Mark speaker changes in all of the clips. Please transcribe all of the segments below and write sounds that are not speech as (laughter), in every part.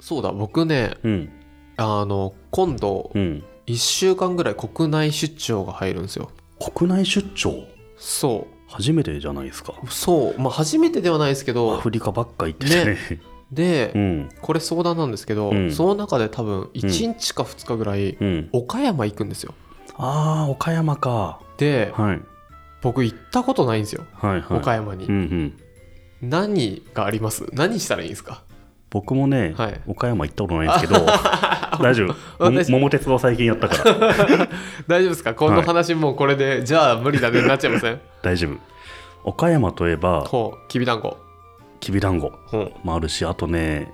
Speaker 1: そうだ僕ね
Speaker 2: うん
Speaker 1: あの今度
Speaker 2: うん
Speaker 1: 1週間ぐらい国内出張が入るんですよ
Speaker 2: 国内出張
Speaker 1: そ
Speaker 2: 初めてじゃないですか
Speaker 1: うそうまあ初めてではないですけ
Speaker 2: ア
Speaker 1: ど
Speaker 2: フリカばっか行っててね
Speaker 1: で、
Speaker 2: (laughs) うん
Speaker 1: これ相談なんですけど、
Speaker 2: うん
Speaker 1: その中で多分1日か2日ぐらい
Speaker 2: うん
Speaker 1: 岡山行くんですよ
Speaker 2: ああ岡山か
Speaker 1: で
Speaker 2: はい
Speaker 1: 僕行ったことないんですよ
Speaker 2: はいはい
Speaker 1: 岡山に、
Speaker 2: うんうん
Speaker 1: 何があります何したらいいんですか
Speaker 2: 僕もね、
Speaker 1: はい
Speaker 2: 岡山行ったことないんですけ (laughs) ど大丈夫も
Speaker 1: 大丈夫
Speaker 2: 桃鉄は最近やったから (laughs)
Speaker 1: 大丈夫ですかこの話もうこれで、じゃあ無理だねになっちゃいま
Speaker 2: (laughs)
Speaker 1: せん
Speaker 2: 大丈夫岡山といえば
Speaker 1: ほうきびだんご
Speaker 2: きびだんご
Speaker 1: ほう
Speaker 2: もあるしあとね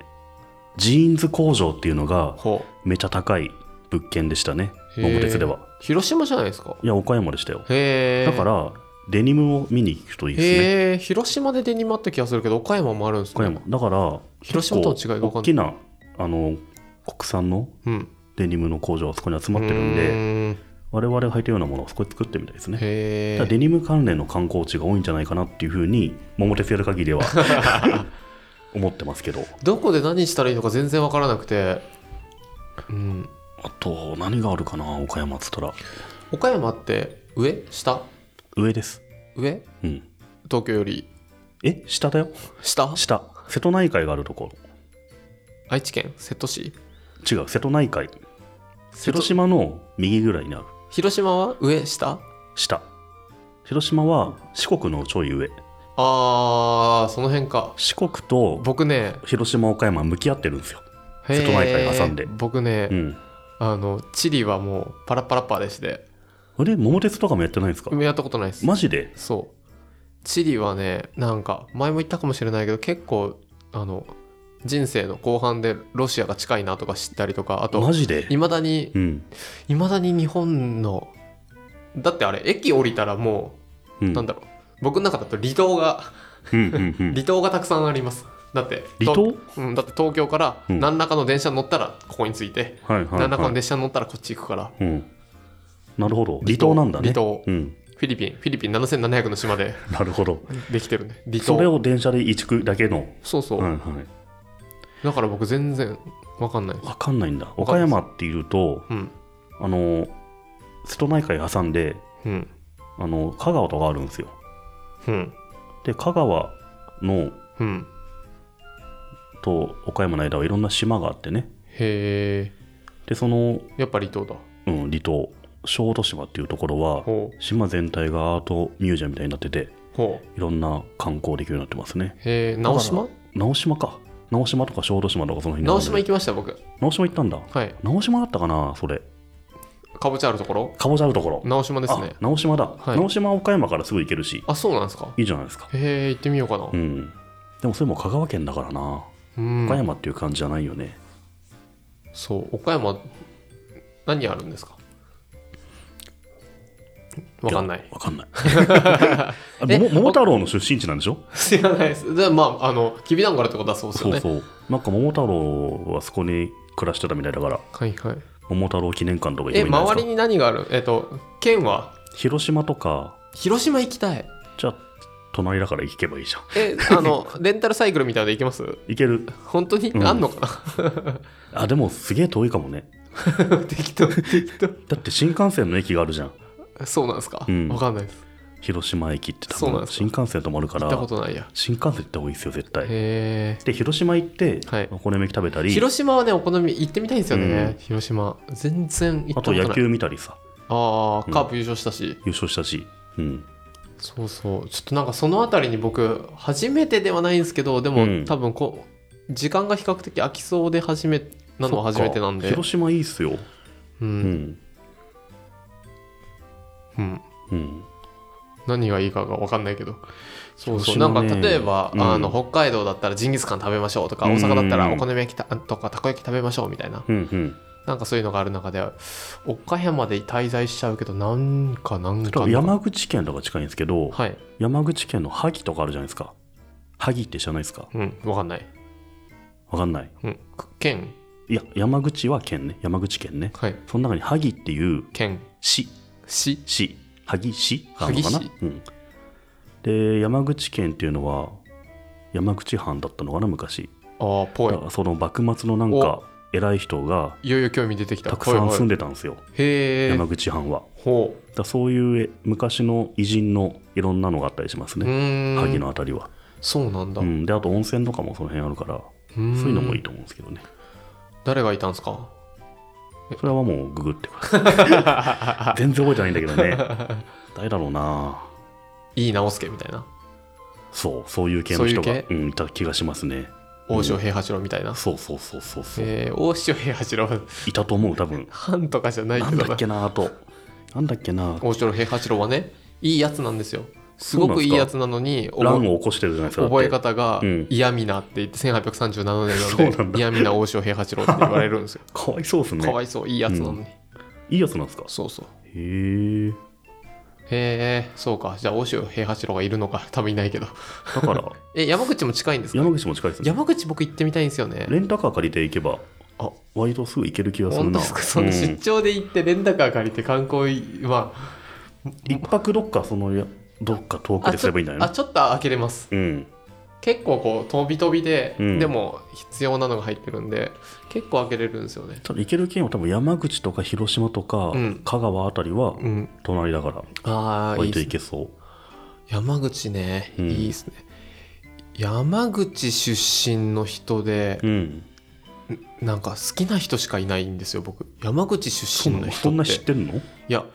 Speaker 2: ジーンズ工場っていうのが
Speaker 1: ほ
Speaker 2: めちゃ高い物件でしたね
Speaker 1: へー
Speaker 2: 桃鉄では
Speaker 1: う広島じゃないですか
Speaker 2: いや岡山でしたよ
Speaker 1: へえ
Speaker 2: だからデニムを見に行くといいですね
Speaker 1: へえ広島でデニムあった気がするけど岡山もあるんです
Speaker 2: 岡
Speaker 1: ね
Speaker 2: 山だから
Speaker 1: 広島との違いが分かんない
Speaker 2: 大きなあの国産の
Speaker 1: うん
Speaker 2: デニムの工場がそこに集まってるん
Speaker 1: う
Speaker 2: で
Speaker 1: ーん
Speaker 2: 我々が履いたようなものをそこで作ってみたいですね
Speaker 1: へ
Speaker 2: ただ
Speaker 1: え
Speaker 2: デニム関連の観光地が多いんじゃないかなっていうふうに桃鉄やる限りで
Speaker 1: (laughs)
Speaker 2: は思ってますけど
Speaker 1: どこで何したらいいのか全然分からなくてうん
Speaker 2: あと何があるかな岡山っつったら
Speaker 1: 岡山って上下
Speaker 2: 上です
Speaker 1: 上
Speaker 2: うん
Speaker 1: 東京より
Speaker 2: え下だよ
Speaker 1: 下
Speaker 2: 下瀬戸内海があるとこ
Speaker 1: 愛知県瀬戸市
Speaker 2: ろ違う瀬戸内海
Speaker 1: 瀬戸
Speaker 2: 広島の右ぐらいにある
Speaker 1: 広島は上下
Speaker 2: 下広島は四国のちょい上
Speaker 1: あーその辺か
Speaker 2: 四国と
Speaker 1: 僕ね
Speaker 2: 広島岡山向き合ってるんですよ
Speaker 1: へー
Speaker 2: 瀬戸内海挟んで
Speaker 1: 僕ね、
Speaker 2: うん
Speaker 1: あのチリはもうパラパラパーでして
Speaker 2: あれ桃鉄とかもやってないんですか
Speaker 1: やったことないです
Speaker 2: マジで
Speaker 1: そうチリはねなんか前も言ったかもしれないけど結構あの人生の後半でロシアが近いなとか知ったりとかあと
Speaker 2: マジで
Speaker 1: いまだに
Speaker 2: うん、
Speaker 1: いまだに日本のだってあれ駅降りたらも
Speaker 2: う
Speaker 1: う、
Speaker 2: ん、
Speaker 1: なんだろう僕の中だと離島が
Speaker 2: うんうん
Speaker 1: (laughs)
Speaker 2: うん
Speaker 1: 離島がたくさんありますだって
Speaker 2: 離島
Speaker 1: とうん、だって東京から
Speaker 2: うん
Speaker 1: 何らかの電車に乗ったらここについて、
Speaker 2: はいはい、はい、
Speaker 1: 何らかの電車に乗ったらこっち行くから
Speaker 2: うん、なるほど離島なんだ
Speaker 1: 離
Speaker 2: ね
Speaker 1: 島
Speaker 2: うん、 (laughs)
Speaker 1: フィリピンフィリピン7700の島で
Speaker 2: なるほど
Speaker 1: できてるね離島
Speaker 2: それを電車で移築だけの、
Speaker 1: そうそう、
Speaker 2: はいは
Speaker 1: だから僕全然わかんないで
Speaker 2: い、
Speaker 1: す
Speaker 2: わかんないんだ
Speaker 1: わか
Speaker 2: 岡
Speaker 1: んないです
Speaker 2: 山っていうと
Speaker 1: うん
Speaker 2: あの瀬戸内海挟んで
Speaker 1: うん
Speaker 2: あの香川とかあるんですよ
Speaker 1: うん
Speaker 2: で香川の
Speaker 1: うん
Speaker 2: と岡山の間はいろんな島があってね
Speaker 1: へえ
Speaker 2: でその、
Speaker 1: やっぱ離島だ
Speaker 2: うん、離島小豆島っていうところは
Speaker 1: ほ
Speaker 2: 島全体がアートミュージアムみたいになってて
Speaker 1: うほう
Speaker 2: いろんな観光できるようになってますね
Speaker 1: へえ直島
Speaker 2: 直島か直島とか小豆島とかその辺にある
Speaker 1: 直
Speaker 2: んだ
Speaker 1: 島
Speaker 2: け
Speaker 1: 行きました僕
Speaker 2: ど直島行ったんだ
Speaker 1: はい
Speaker 2: 直島だったかなそれ
Speaker 1: かぼちゃあるところ
Speaker 2: かぼちゃあるところ
Speaker 1: 直島ですね
Speaker 2: あ直島だ、
Speaker 1: はい
Speaker 2: 直島は岡山からすぐ行けるし
Speaker 1: あそうなんですか
Speaker 2: いいじゃないですか
Speaker 1: へえ行ってみようかな
Speaker 2: うんでもそれも香川県だからな、
Speaker 1: うん
Speaker 2: 岡山っていう感じじゃないよね
Speaker 1: そう岡山何あるんですかわかんない
Speaker 2: や
Speaker 1: い
Speaker 2: わか
Speaker 1: (laughs)
Speaker 2: んないあ桃桃太郎の出身地なんでしょ
Speaker 1: 知らないですでまああのきびだんごあるってことはそうですよ
Speaker 2: そう
Speaker 1: ね
Speaker 2: そうなんか桃太郎はそこに暮らしてたみたいだから
Speaker 1: はいはい
Speaker 2: 桃太郎記念館とか行
Speaker 1: え
Speaker 2: くんじゃない
Speaker 1: 周
Speaker 2: で
Speaker 1: り
Speaker 2: すか
Speaker 1: に何があるえっと県は
Speaker 2: 広島とか
Speaker 1: 広島行きたい
Speaker 2: じゃあ隣だから行けばいいじゃん
Speaker 1: えあのレンタルサイクルみたいなので行けます
Speaker 2: 行ける
Speaker 1: 本当に、
Speaker 2: うん
Speaker 1: あんのか
Speaker 2: あでもすげえ遠いかもね
Speaker 1: な (laughs) 適当適
Speaker 2: だって新幹線の駅があるじゃん
Speaker 1: 当そうなんですか、わ
Speaker 2: うん
Speaker 1: かんないです
Speaker 2: 広島駅って
Speaker 1: そ
Speaker 2: 多
Speaker 1: うなん
Speaker 2: 分
Speaker 1: ですか
Speaker 2: 新幹線止まるか
Speaker 1: 行
Speaker 2: ら
Speaker 1: ったことないや
Speaker 2: 新幹線行った方がいいですよ絶対
Speaker 1: へ
Speaker 2: で広島行って
Speaker 1: はい
Speaker 2: お好み焼き食べた
Speaker 1: え
Speaker 2: り、
Speaker 1: 広島はねお好み行ってみたいんですよね、
Speaker 2: うん
Speaker 1: 広島全然行った
Speaker 2: あ
Speaker 1: こと
Speaker 2: と
Speaker 1: ない
Speaker 2: 野球見たりさ
Speaker 1: ああ
Speaker 2: うん
Speaker 1: カープ優勝したし、
Speaker 2: 優勝したし、うん、
Speaker 1: そうそうちょっとなんかその辺りに僕初めてではないんですけどでも、
Speaker 2: うん
Speaker 1: 多分こう時間が比較的空きそうで初めなのは初めてなんで
Speaker 2: そっか広島いいっすよ、
Speaker 1: う、
Speaker 2: うんん
Speaker 1: うん、
Speaker 2: うん、
Speaker 1: 何がいいかが分かんないけどそうそう、
Speaker 2: 広
Speaker 1: なん
Speaker 2: 島
Speaker 1: か
Speaker 2: ね
Speaker 1: 例えば、
Speaker 2: うん
Speaker 1: あの北海道だったらジンギスカン食べましょうとか、
Speaker 2: うん
Speaker 1: 大阪だったらお好み焼きたとかたこ焼き食べましょうみたいな
Speaker 2: うんうん
Speaker 1: なんかそういうのがある中で岡山で滞在しちゃうけどなんかなんか
Speaker 2: 山口県とか近いんですけど、
Speaker 1: はい
Speaker 2: 山口県の萩とかあるじゃないですか萩って知らないですか
Speaker 1: うん分かんない、
Speaker 2: わかんない
Speaker 1: うん、く県
Speaker 2: いや山口は県ね山口県ね
Speaker 1: はい
Speaker 2: その中に萩っていう
Speaker 1: 県
Speaker 2: 市
Speaker 1: 市
Speaker 2: 市萩市があるのかな
Speaker 1: 萩市、
Speaker 2: うん、で山口県っていうのは山口藩だったのかな昔
Speaker 1: ああぽい
Speaker 2: だからその幕末のなんか偉い人が
Speaker 1: いよいよ興味出てきた
Speaker 2: たくさん住ん
Speaker 1: で
Speaker 2: でたんですよ
Speaker 1: へえ
Speaker 2: 山口藩は。
Speaker 1: ほ
Speaker 2: だからそういうえ昔の偉人のいろんなのがあったりします
Speaker 1: うう
Speaker 2: ね、
Speaker 1: ーん
Speaker 2: 萩のあたりは、
Speaker 1: そうなんだ、
Speaker 2: うん、であと温泉とかもその辺あるから
Speaker 1: そう
Speaker 2: そういうのもいい
Speaker 1: い
Speaker 2: と思うんですけどね
Speaker 1: 誰がいたんですか
Speaker 2: それはもうググってくだ
Speaker 1: (laughs)
Speaker 2: さい全然覚えてないんだけどね誰だろうない
Speaker 1: い直輔みたいな
Speaker 2: そうそういう系の人
Speaker 1: そう
Speaker 2: が
Speaker 1: いう
Speaker 2: うん、いた気がしますね
Speaker 1: 大塩平八郎みたいな、
Speaker 2: そうそうそうそうそう、
Speaker 1: えー、大塩平八郎
Speaker 2: いたと思う多分
Speaker 1: 藩とかじゃない
Speaker 2: な
Speaker 1: け
Speaker 2: ん
Speaker 1: ど
Speaker 2: だ
Speaker 1: な
Speaker 2: っけなあとなんだっけな
Speaker 1: 大塩平八郎はねいいやつなんですよすごくいいやつなのに
Speaker 2: 乱を起こしてるじゃないですかだって
Speaker 1: 覚え方が
Speaker 2: うん
Speaker 1: 嫌味なって言って1837
Speaker 2: そう
Speaker 1: 年な
Speaker 2: なんん
Speaker 1: で
Speaker 2: だ
Speaker 1: 嫌味な大塩平八郎って言われるんですよ
Speaker 2: かわいそうです
Speaker 1: かわ
Speaker 2: (laughs) ね
Speaker 1: いそういいやつなのに
Speaker 2: いいやつなんですか
Speaker 1: そうそう
Speaker 2: へえ
Speaker 1: へえそうかじゃあ大塩平八郎がいるのか多分いないけど
Speaker 2: だから
Speaker 1: (laughs) え山口も近いんですか
Speaker 2: 山口も近いですね
Speaker 1: 山口僕行ってみたいんですよね
Speaker 2: レンタカー借りていけば
Speaker 1: あ
Speaker 2: 割とすぐ行ける気がする
Speaker 1: 本当
Speaker 2: な
Speaker 1: ですかその
Speaker 2: う
Speaker 1: 出
Speaker 2: ん
Speaker 1: 張で行ってレンタカー借りて観光いまあ
Speaker 2: 一泊どっかそのやどっか遠く
Speaker 1: あ
Speaker 2: です
Speaker 1: ちょ
Speaker 2: ればいいんじゃな
Speaker 1: あ
Speaker 2: いの
Speaker 1: ちょっと開けれます
Speaker 2: うん
Speaker 1: 結構こう飛び飛びで、
Speaker 2: うん
Speaker 1: でも必要なのが入ってるんで結構開けれるんですよね
Speaker 2: ただ行ける県は多分山口とか広島とか
Speaker 1: うん
Speaker 2: 香川あたり
Speaker 1: う
Speaker 2: は
Speaker 1: ん
Speaker 2: 隣だから
Speaker 1: ああい
Speaker 2: 割
Speaker 1: い
Speaker 2: と
Speaker 1: です
Speaker 2: 行
Speaker 1: ね
Speaker 2: けそう
Speaker 1: 山口ね、
Speaker 2: うん
Speaker 1: いいですね山口出身の人で
Speaker 2: う、ん
Speaker 1: なんか好きな人しかいないんですよ僕山口
Speaker 2: そ
Speaker 1: 出
Speaker 2: う
Speaker 1: 身
Speaker 2: な
Speaker 1: の
Speaker 2: の
Speaker 1: 人
Speaker 2: そん
Speaker 1: っ
Speaker 2: な
Speaker 1: て
Speaker 2: 知ってるの
Speaker 1: いや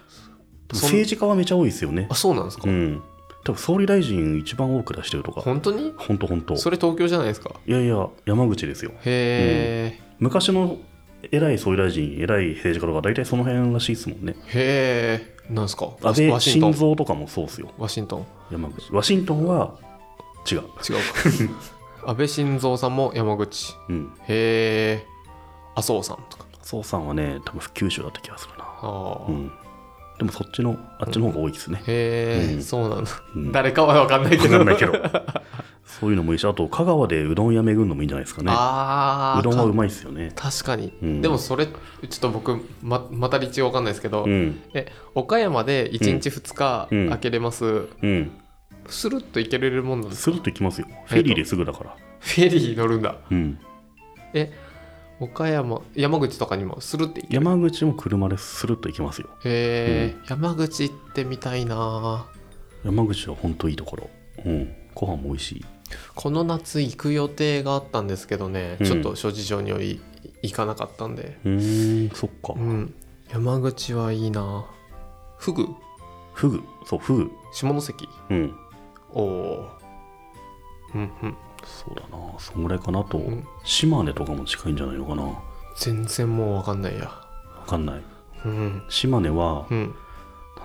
Speaker 1: そん
Speaker 2: 政治家はめちゃ多いですよね
Speaker 1: あそうなんですか、
Speaker 2: うん多分総理大臣一番多く出してるとか
Speaker 1: 本当に
Speaker 2: ほんとほんと
Speaker 1: それ東京じゃないですか
Speaker 2: いやいや山口ですよ
Speaker 1: へえ、
Speaker 2: 昔の偉い総理大臣偉い政治家とか大体その辺らしいですもんね
Speaker 1: へえなんですかワ
Speaker 2: 安倍
Speaker 1: ワシント
Speaker 2: 晋
Speaker 1: ン
Speaker 2: 三とかもそうっすよ
Speaker 1: ワシントン
Speaker 2: 山口ワシントンは違う
Speaker 1: 違う
Speaker 2: (laughs)
Speaker 1: か安倍晋三さんも山口
Speaker 2: うん
Speaker 1: へえ麻生さんとか
Speaker 2: 麻生さんはね多分九州だった気がするな
Speaker 1: ああ、
Speaker 2: うんでもそっちのあっちの方が多いですね、
Speaker 1: へえ、
Speaker 2: うん
Speaker 1: そうなんだ、
Speaker 2: うん
Speaker 1: 誰かは分かんないけ
Speaker 2: 分
Speaker 1: ど
Speaker 2: かんないけど (laughs) そういうのもいいしあと香川でうどん屋巡るのもいいんじゃないですかね
Speaker 1: ああ
Speaker 2: うどんはうまいですよね
Speaker 1: 確かに、
Speaker 2: うん
Speaker 1: でもそれちょっと僕ままた立地が分かんないですけど、
Speaker 2: うん
Speaker 1: え岡山で1日2日
Speaker 2: うん
Speaker 1: 開けれます、
Speaker 2: うん
Speaker 1: スルッと行けれるもんなんです (laughs)
Speaker 2: スルッと行きますよフェリーですぐだから、
Speaker 1: フェリー乗るんだ
Speaker 2: うん
Speaker 1: 岡山山口とかにもスルッて行ける
Speaker 2: 山口も車ですルッと行きますよ
Speaker 1: へえ、山口行ってみたいな
Speaker 2: 山口は本当いいところうんご飯も美味しい
Speaker 1: この夏行く予定があったんですけどね、
Speaker 2: うん
Speaker 1: ちょっと諸事情により行かなかったんで
Speaker 2: うーんそっか
Speaker 1: うん山口はいいなフグ
Speaker 2: フグそうフグ
Speaker 1: 下関
Speaker 2: うん
Speaker 1: おおうんうん
Speaker 2: そうだなそんぐらいかなと、
Speaker 1: ん
Speaker 2: 島根とかも近いんじゃないのかなわ
Speaker 1: 全然もう分かんないや
Speaker 2: かんない
Speaker 1: うん
Speaker 2: 島根は
Speaker 1: う、ん
Speaker 2: なん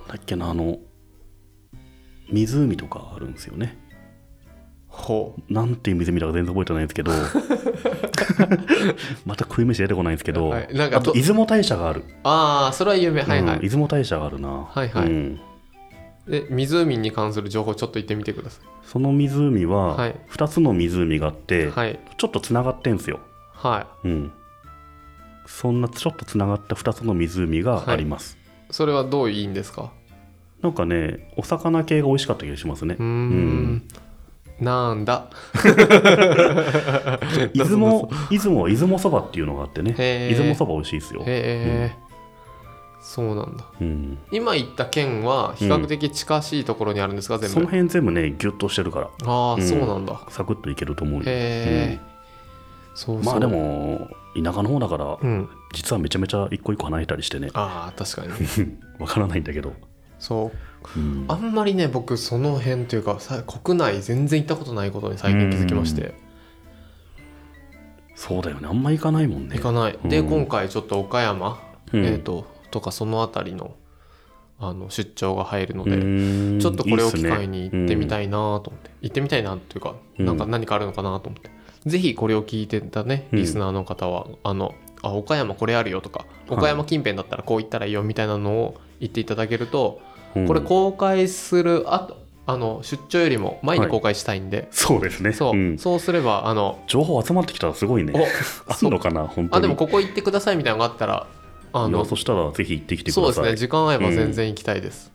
Speaker 2: だっけなあの湖とかあるんですよね
Speaker 1: ほう
Speaker 2: なんていう湖だか全然覚えてないんで
Speaker 1: (laughs)
Speaker 2: すけどまた食い飯出てこないんですけど、
Speaker 1: はいなんか
Speaker 2: あと
Speaker 1: ど
Speaker 2: 出雲大社がある、
Speaker 1: ああそれは有名はいは
Speaker 2: うん
Speaker 1: い、
Speaker 2: 出雲大社があるな
Speaker 1: はいはい
Speaker 2: うん
Speaker 1: で湖に関する情報ちょっと言ってみてくださ
Speaker 2: その湖
Speaker 1: は
Speaker 2: はい2つの湖があっ
Speaker 1: い
Speaker 2: て、
Speaker 1: はい
Speaker 2: ちょっとつながってんすよ、
Speaker 1: は
Speaker 2: うん、そんなちょっとつながった2つの湖があります、
Speaker 1: いそれはどういいんですか
Speaker 2: なんかねお魚系が美味しかった気がしますね
Speaker 1: うーんなんだ
Speaker 2: (laughs) 出雲出雲は出雲そばっていうのがあってね
Speaker 1: へー
Speaker 2: 出雲そば美味しいですよ、
Speaker 1: へえ、そうなんだ
Speaker 2: うん、
Speaker 1: 今言った県は比較的近しいところにあるんですか、全
Speaker 2: その
Speaker 1: 部
Speaker 2: 辺全部ねギュッとしてるから
Speaker 1: ああ、
Speaker 2: うん
Speaker 1: そうなんだ
Speaker 2: サクッといけると思うよ、
Speaker 1: へえ、そう
Speaker 2: うん
Speaker 1: そう
Speaker 2: まあでも田舎の方だから、
Speaker 1: うん
Speaker 2: 実はめちゃめちゃ一個一個離れたりしてね
Speaker 1: ああ確か
Speaker 2: (laughs)
Speaker 1: に
Speaker 2: わからないんだけど、
Speaker 1: そう
Speaker 2: うん
Speaker 1: あんまりね僕その辺というかさ国内全然行ったことないことに最近気づきまして、
Speaker 2: そうだよねあんま行かないもんね
Speaker 1: 行かない、で
Speaker 2: うん
Speaker 1: 今回ちょっと岡山、
Speaker 2: うん
Speaker 1: えー、ととかその辺りのあの出張が入るので、
Speaker 2: うん
Speaker 1: ちょっとこれを機会
Speaker 2: いい
Speaker 1: に
Speaker 2: っすね
Speaker 1: 行ってみたいなと思って、行ってみたいなというか、
Speaker 2: うん
Speaker 1: なんか何かあるのかなと思って、ぜひこれを聞いてたね、
Speaker 2: うん
Speaker 1: リスナーの方は、あの、あ、岡山これあるよとか、
Speaker 2: はい
Speaker 1: 岡山近辺だったらこう行ったらいいよみたいなのを言っていただけると、
Speaker 2: うん
Speaker 1: これ公開するああの、出張よりも前に公開したいんで、
Speaker 2: そうですね
Speaker 1: そう、
Speaker 2: ん
Speaker 1: そうすれば、あの、
Speaker 2: 情報集まってきたらすごい (laughs) ね
Speaker 1: お
Speaker 2: あんのかな本当に
Speaker 1: あ、でもここ行ってくださいみたいなのがあったら、あ
Speaker 2: いや
Speaker 1: の、
Speaker 2: そしたらぜひ行ってきてく
Speaker 1: そう
Speaker 2: だ
Speaker 1: です
Speaker 2: さ
Speaker 1: ね、
Speaker 2: い
Speaker 1: 時間合えば全然行きたいです。